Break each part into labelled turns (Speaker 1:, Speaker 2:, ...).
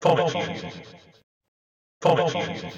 Speaker 1: Comic View. Comic View.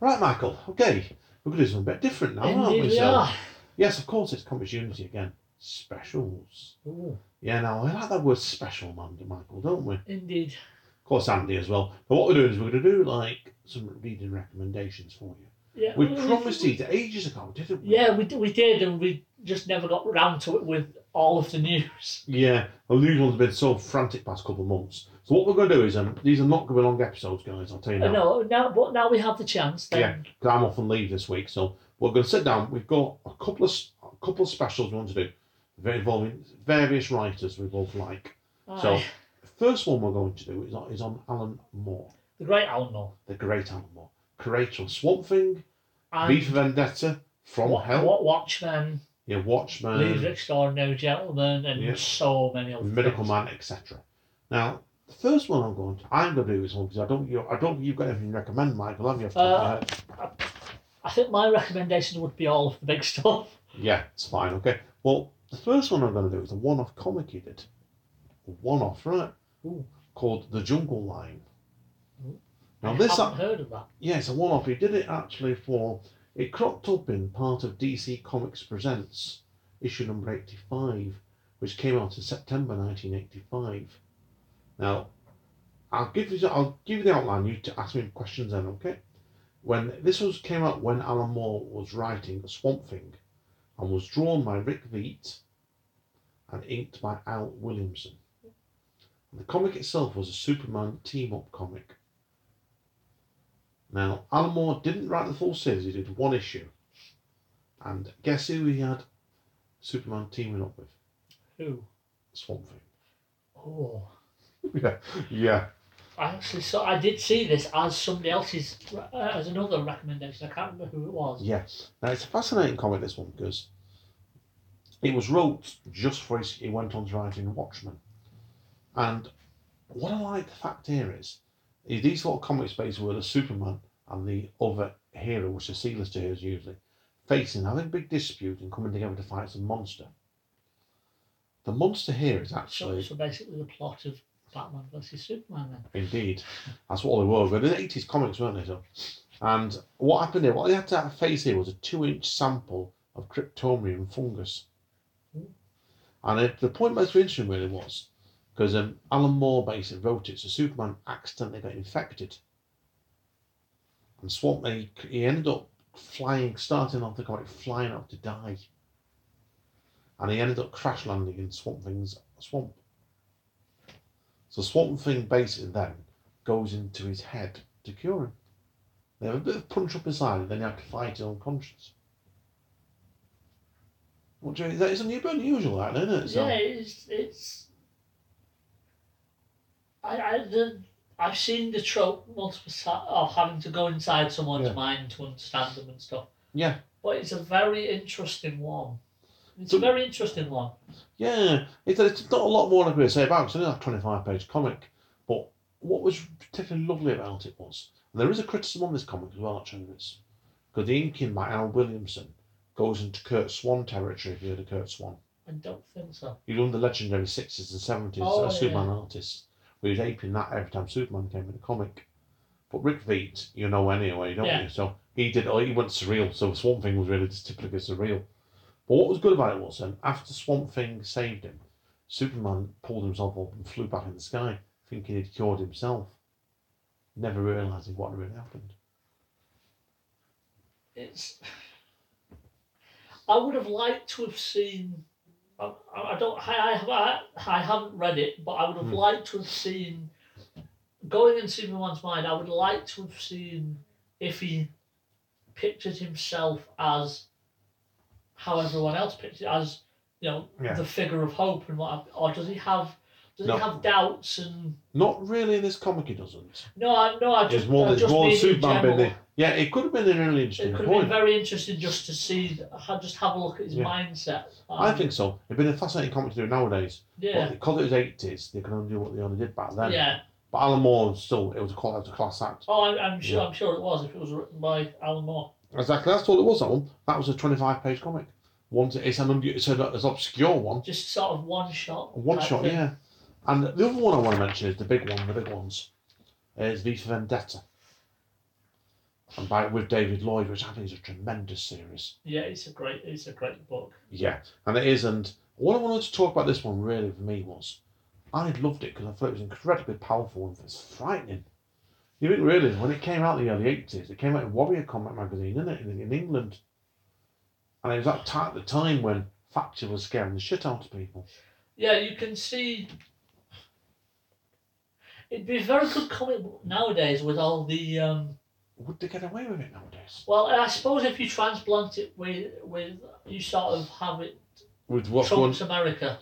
Speaker 2: Right, Michael. Okay, we're going to do something a bit different now, aren't
Speaker 3: Indeed
Speaker 2: we?
Speaker 3: we
Speaker 2: So-
Speaker 3: are.
Speaker 2: yes, of course, it's Comics Unity again. Specials.
Speaker 3: Ooh,
Speaker 2: Yeah, now I like that word special, man, Michael, don't we?
Speaker 3: indeed.
Speaker 2: Of course, Andy as well. But what we're doing is we're going to do like some reading recommendations for you.
Speaker 3: Yeah.
Speaker 2: We promised these ages ago, didn't we?
Speaker 3: Yeah, we, d- we did, and we just never got round to it with all of the news.
Speaker 2: Yeah, well, these ones have been so frantic past couple of months. So what we're going to do is, um, these are not going to be long episodes, guys. I'll tell you
Speaker 3: Oh, No,
Speaker 2: now.
Speaker 3: Uh, no now, but now we have the chance.
Speaker 2: Yeah,
Speaker 3: Then.
Speaker 2: 'cause I'm off on leave this week, so we're going to sit down. We've got a couple of s- a couple of specials we want to do, very involving various writers we both like.
Speaker 3: Aye.
Speaker 2: So, the first one we're going to do is on, is on Alan Moore,
Speaker 3: the Great Alamo.
Speaker 2: the great Alan Moore, creator of Swamp Thing,
Speaker 3: And
Speaker 2: V for Vendetta, From
Speaker 3: what,
Speaker 2: Hell,
Speaker 3: what Watchmen,
Speaker 2: yeah,
Speaker 3: uh,
Speaker 2: Watchmen,
Speaker 3: Leader Extraordinary Gentleman, and
Speaker 2: Um, Yeah.
Speaker 3: so many other
Speaker 2: Miracle
Speaker 3: things.
Speaker 2: Man, etc. Now, the first one I'm going to I'm going to do this one because I don't you I don't think you've got anything to recommend, Michael. Have you?
Speaker 3: Uh, I think my recommendation would be all of the big stuff.
Speaker 2: Yeah, it's fine. Okay. Well, the first one I'm going to do is a one-off comic he did, a one-off, right?
Speaker 3: Ooh.
Speaker 2: Called the Jungle Line.
Speaker 3: Ooh.
Speaker 2: Now
Speaker 3: I
Speaker 2: this,
Speaker 3: haven't
Speaker 2: uh,
Speaker 3: heard of that.
Speaker 2: yeah, it's a one-off. He did it actually for it cropped up in part of DC Comics Presents issue number eighty-five, which came out in September nineteen eighty-five. Now, I'll give you I'll give you the outline. You to ask me questions then, okay? When this was came out when Alan Moore was writing The Swamp Thing, and was drawn by Rick Veitch and inked by Al Williamson. And the comic itself was a Superman team-up comic. Now, Alan Moore didn't write the full series; he did one issue. And guess who he had Superman teaming up with?
Speaker 3: Who?
Speaker 2: Swamp Thing.
Speaker 3: Oh.
Speaker 2: Yeah, yeah.
Speaker 3: I actually saw, I did see this as somebody else's, uh, as another recommendation. I can't remember who it was.
Speaker 2: Yes. Now it's a fascinating comic this one because it was wrote just for his he went on to write in Watchmen. And what I like the fact here is, is these sort of comics basically where the Superman and the other hero, which the C lister heroes usually, facing having a big dispute and coming together to fight some monster. The monster here is
Speaker 3: So,
Speaker 2: actually
Speaker 3: so basically, the plot of Batman versus Superman. Then.
Speaker 2: Indeed. That's what they were. But in the 80s comics, weren't they? So? And what happened here, what they had to face here was a two inch sample of Cryptomium fungus. And it, the point most interesting really was because um, Alan Moore basically wrote it, so Superman accidentally got infected. And Swamp, he, he ended up flying, starting off the comic, flying up to die. And he ended up crash landing in Swamp Thing's swamp. So Swamp Thing basically then goes into his head to cure him. They have a bit of punch up inside and then they have to fight his own conscience. What do you, that isn't a bit unusual, that, isn't it? So,
Speaker 3: yeah, it's it's. I I the, I've seen the trope multiple times of having to go inside someone's
Speaker 2: Yeah.
Speaker 3: mind to understand them and stuff.
Speaker 2: Yeah.
Speaker 3: But it's a very interesting one. It's
Speaker 2: So-
Speaker 3: a very interesting one.
Speaker 2: yeah, it's, it's not a lot more I could say about it. 'cause It's only a 25 page comic. But what was particularly lovely about it was, and there is a criticism on this comic as well, actually, this, because the inking by Al Williamson goes into Kurt Swan territory if you heard of Kurt Swan.
Speaker 3: I don't think so.
Speaker 2: He won the legendary sixties and seventies
Speaker 3: Oh,
Speaker 2: as
Speaker 3: yeah.
Speaker 2: Superman artist. We was aping that every time Superman came in a comic. But Rick Veitch, you know anyway, don't
Speaker 3: Yeah.
Speaker 2: you? So he did. Oh, he went surreal. So Swamp Thing was really just typically surreal. But what was good about it was then after Swamp Thing saved him, Superman pulled himself up and flew back in the sky, thinking he'd cured himself, never realizing what had really happened.
Speaker 3: It's. I would have liked to have seen. I, I don't. I, I I haven't read it, but I would have
Speaker 2: Hmm.
Speaker 3: liked to have seen. Going in Superman's mind, I would like to have seen if he pictured himself as how everyone else pictured as you know
Speaker 2: Yeah.
Speaker 3: the figure of hope and what, or does he have does
Speaker 2: No.
Speaker 3: he have doubts and
Speaker 2: Not really in this comic, he doesn't.
Speaker 3: no I no I
Speaker 2: There's
Speaker 3: just
Speaker 2: more.
Speaker 3: I
Speaker 2: There's
Speaker 3: just
Speaker 2: more
Speaker 3: mean in
Speaker 2: Superman. being
Speaker 3: general.
Speaker 2: there. Yeah, it could have been an really interesting
Speaker 3: It could have
Speaker 2: point.
Speaker 3: been very interesting just to see, ha- just have a look at his
Speaker 2: Yeah.
Speaker 3: mindset.
Speaker 2: I
Speaker 3: Um,
Speaker 2: think so. It'd been a fascinating comic to do nowadays. But
Speaker 3: Yeah,
Speaker 2: because it was eighties, they could only do what they only did back then.
Speaker 3: yeah.
Speaker 2: But Alan Moore was still it was a call out to class act.
Speaker 3: Oh, I, I'm sure.
Speaker 2: Yeah.
Speaker 3: I'm sure it was if it was written by Alan Moore.
Speaker 2: Exactly, that's all it was. That one. That was a twenty-five page comic. One, to- it's an un- it's an, it's an obscure one,
Speaker 3: Just sort of one shot.
Speaker 2: one
Speaker 3: type
Speaker 2: shot,
Speaker 3: thing.
Speaker 2: yeah. And the other one I want to mention is the big one, the big ones. is V for Vendetta. And by, with David Lloyd, which I think is a tremendous series.
Speaker 3: Yeah, it's a great it's a great book.
Speaker 2: Yeah, and it is. And what I wanted to talk about this one really for me was I loved it because I thought it was incredibly powerful and it's frightening. You think really when it came out in the early eighties, it came out in Warrior Combat magazine, didn't it, in, in England? And it was that time, the time when Factor was scaring the shit out of people.
Speaker 3: Yeah, you can see. It'd be a very good comic book nowadays with all the um,
Speaker 2: Would they get away with it nowadays?
Speaker 3: Well, I suppose if you transplant it with with you sort of have it
Speaker 2: With what's going?
Speaker 3: Trump's America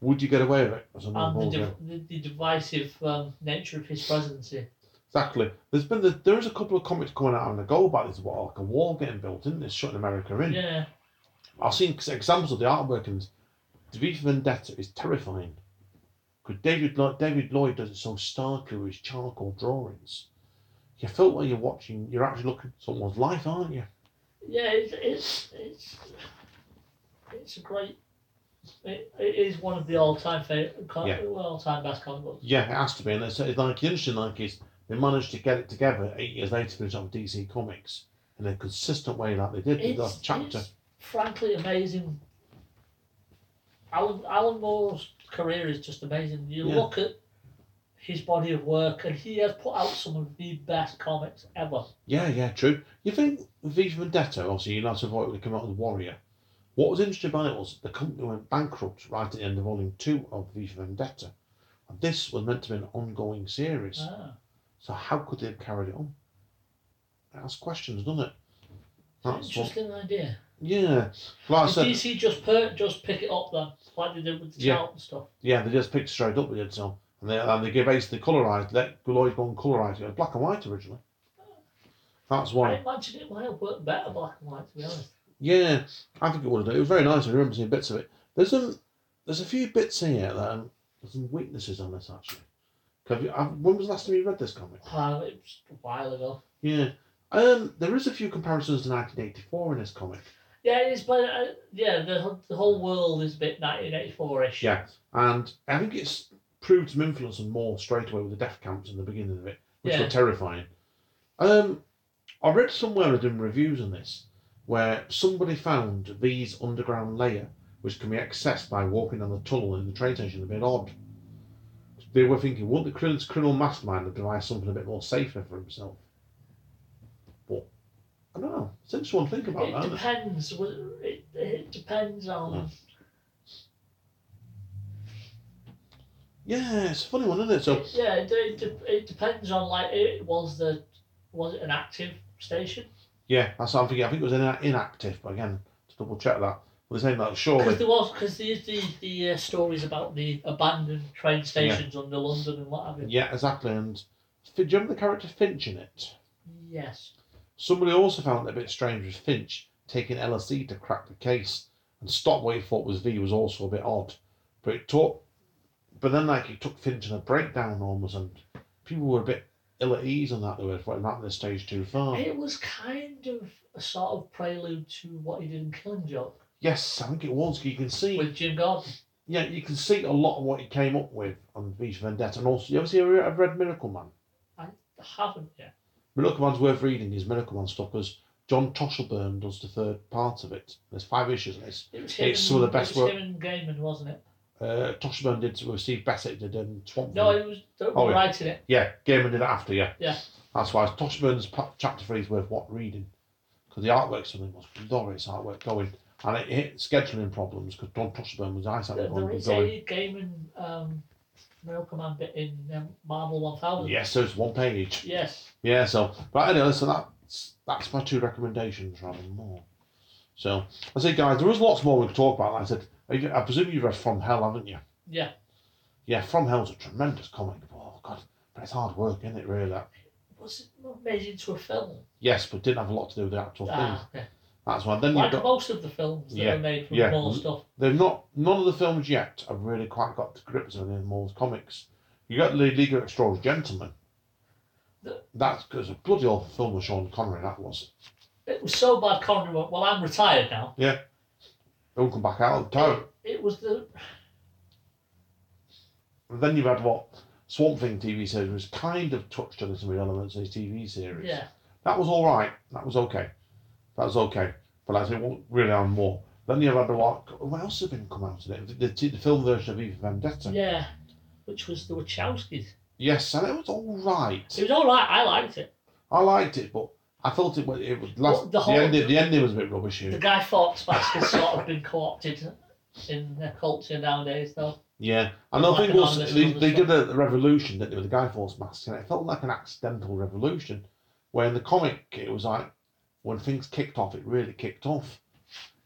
Speaker 2: Would you get away with it? That's another
Speaker 3: and Um, the,
Speaker 2: ballgame.
Speaker 3: div- the, the divisive um, nature of his presidency.
Speaker 2: Exactly. There's been the, there is a couple of comics coming out on the go about this what like a wall getting built, isn't there, shutting America in?
Speaker 3: Yeah,
Speaker 2: I've seen ex- examples of the artwork and the V for Vendetta is terrifying. Because David Lloyd, David Lloyd does it so starkly with his charcoal drawings. You feel like you're watching, you're actually looking at someone's life, aren't you?
Speaker 3: yeah, it's it's it's, it's a great. It, it is one of the all time favorite,
Speaker 2: Yeah.
Speaker 3: all time best comic books.
Speaker 2: Yeah, it has to be. And it's, it's like, the interesting like is they managed to get it together eight years later for example, DC Comics in a consistent way like they did with the
Speaker 3: It's,
Speaker 2: last chapter.
Speaker 3: it's frankly amazing. Alan Alan Moore's career is just amazing. You
Speaker 2: Yeah.
Speaker 3: look at his body of work, and he has put out some of the best comics ever.
Speaker 2: Yeah, yeah, true. You think V for Vendetta, obviously, you know, to avoid it come out as Warrior. What was interesting about it was the company went bankrupt right at the end of volume two of V for Vendetta. And this was meant to be an ongoing series.
Speaker 3: Ah.
Speaker 2: So how could they have carried it on? That's questions, doesn't it? That's what,
Speaker 3: Interesting idea.
Speaker 2: yeah. Like I
Speaker 3: Did
Speaker 2: said,
Speaker 3: DC just per- just pick it up then, like they did with the
Speaker 2: Yeah.
Speaker 3: Tout and stuff?
Speaker 2: yeah, they just picked straight up, they did so. And they, and they gave basically colorised, let Lloyd go and colorise it. It was black and white originally. That's why.
Speaker 3: Oh. I imagine it might have worked better black and white, to be honest.
Speaker 2: Yeah, I think it would have done. It was very nice. I remember seeing bits of it. There's um, there's a few bits here that um, there's some weaknesses on this actually. 'Cause Have you, I, when was the last time you read this comic?
Speaker 3: Um, it was a while ago.
Speaker 2: Yeah, um, there is a few comparisons to 1984 in this comic.
Speaker 3: Yeah, it is, but uh, yeah, the, whole- the whole world is a bit 1984-ish.
Speaker 2: Yeah, and I think it's proved some influence and more straight away with the death camps in the beginning of it, which
Speaker 3: Yeah.
Speaker 2: were terrifying. Um, I read somewhere I was doing reviews on this where somebody found these underground layer, which can be accessed by walking down the tunnel in the train station, a bit odd. They were thinking, would the criminal, criminal mastermind have devised something a bit more safer for himself? But I don't know. It's interesting one to think about,
Speaker 3: It
Speaker 2: that, Hmm. isn't it?
Speaker 3: depends. whether- It, it depends on.
Speaker 2: Yeah, it's a funny one, isn't it? So
Speaker 3: It, yeah, it, it, de- it depends on like it was the was it an active station?
Speaker 2: Yeah, that's what I'm thinking. I think it was ina- inactive, but again, to double check that. Well, they're saying that
Speaker 3: Because
Speaker 2: surely.
Speaker 3: there was because there's the the uh, stories about the abandoned train stations under London and what have you.
Speaker 2: Yeah, exactly. And Fin- do you remember the character Finch in it?
Speaker 3: Yes.
Speaker 2: Somebody also found it a bit strange with Finch taking LSD to crack the case, and stop what he thought was V was also a bit odd. But it took, but then like it took Finch in a breakdown almost, and people were a bit ill at ease on that. They were went that this stage too far.
Speaker 3: It was kind of a sort of prelude to what he did in Killing Joke
Speaker 2: Yes, I think it was. You can see.
Speaker 3: with Jim Gordon.
Speaker 2: Yeah, you can see a lot of what he came up with on V for Vendetta, and also you ever see a I've read Miracle Man.
Speaker 3: I haven't yet.
Speaker 2: Miracle Man's worth reading is Miracle Man stuff because John Toshelburn does the third part of it. There's five issues of this.
Speaker 3: It was him
Speaker 2: It's
Speaker 3: and-
Speaker 2: some of the best
Speaker 3: it was
Speaker 2: work-
Speaker 3: Him and Gaiman, wasn't it?
Speaker 2: Uh, Toshelburn did with Steve Bassett did um, Swamp
Speaker 3: No,
Speaker 2: Thing.
Speaker 3: it was they were
Speaker 2: Oh, yeah.
Speaker 3: writing it.
Speaker 2: Yeah, Gaiman did it after. Yeah,
Speaker 3: Yeah.
Speaker 2: That's why Toshelburn's pa- chapter three is worth what reading because the artwork something was glorious artwork going, and it hit scheduling problems because John Toshelburn was eyesight
Speaker 3: There, there
Speaker 2: was
Speaker 3: is
Speaker 2: going.
Speaker 3: a Gaiman um, Miracle Man bit in um, Marvel 1000.
Speaker 2: Yes, so it's one page.
Speaker 3: Yes.
Speaker 2: Yeah, so right anyway, so that's that's my two recommendations rather than more. So I say guys, there is lots more we could talk about. Like I said I I presume you've read From Hell, haven't you?
Speaker 3: Yeah.
Speaker 2: Yeah, From Hell's a tremendous comic. Oh god, but it's hard work, isn't it, really? that?
Speaker 3: Was it not made into a film?
Speaker 2: Yes, but didn't have a lot to do with the actual thing.
Speaker 3: Ah, okay.
Speaker 2: That's why then you've
Speaker 3: Like
Speaker 2: got
Speaker 3: most of the films that
Speaker 2: Yeah,
Speaker 3: are made from
Speaker 2: yeah.
Speaker 3: more stuff.
Speaker 2: they've not none of the films yet have really quite got to grips with any of Moore's comics. You got the League of Extraordinary Gentlemen.
Speaker 3: The-
Speaker 2: That's because a bloody awful film with Sean Connery that was.
Speaker 3: It was so bad Connery went, well, I'm retired now.
Speaker 2: Don't come back out of the town.
Speaker 3: It was the
Speaker 2: And then you've had what? Swamp Thing TV series was kind of touched on some of the elements of his TV series.
Speaker 3: Yeah.
Speaker 2: That was all right. That was okay. That was okay. But like I say, won't really on more. Then you've had the what? What else has been come out of it? The, the, the film version of Eva Vendetta.
Speaker 3: Yeah. Which was the Wachowskis.
Speaker 2: Yes, and it was all right.
Speaker 3: It was all right. I liked it.
Speaker 2: I liked it, but I thought it was it was last,
Speaker 3: Well, the
Speaker 2: the,
Speaker 3: whole-
Speaker 2: ending. The ending was a bit rubbish.
Speaker 3: The
Speaker 2: Here.
Speaker 3: guy Fawkes mask has sort of been co-opted in the culture nowadays, though.
Speaker 2: Yeah, and I
Speaker 3: Like
Speaker 2: think
Speaker 3: an
Speaker 2: also
Speaker 3: ominous
Speaker 2: they,
Speaker 3: sort of
Speaker 2: they
Speaker 3: stuff.
Speaker 2: did a revolution didn't they, with the Guy Force mask, and it felt like an accidental revolution. Where in the comic it was like when things kicked off, it really kicked off,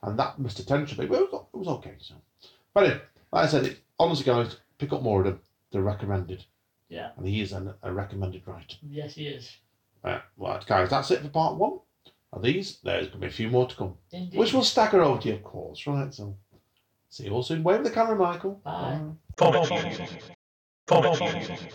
Speaker 2: and that missed attention. But it was, it was okay. So, but anyway, like I said, it, honestly, guys, pick up more of them. They're recommended.
Speaker 3: Yeah.
Speaker 2: and he is an, a recommended writer.
Speaker 3: Yes, he is.
Speaker 2: Right, right, guys, that's it for part one. Of these, there's gonna be a few more to come.
Speaker 3: Indeed.
Speaker 2: Which will stagger over to you, of course, right? So, see you all soon. Wave at the camera, Michael.
Speaker 3: Bye.
Speaker 1: Poverty. Poverty.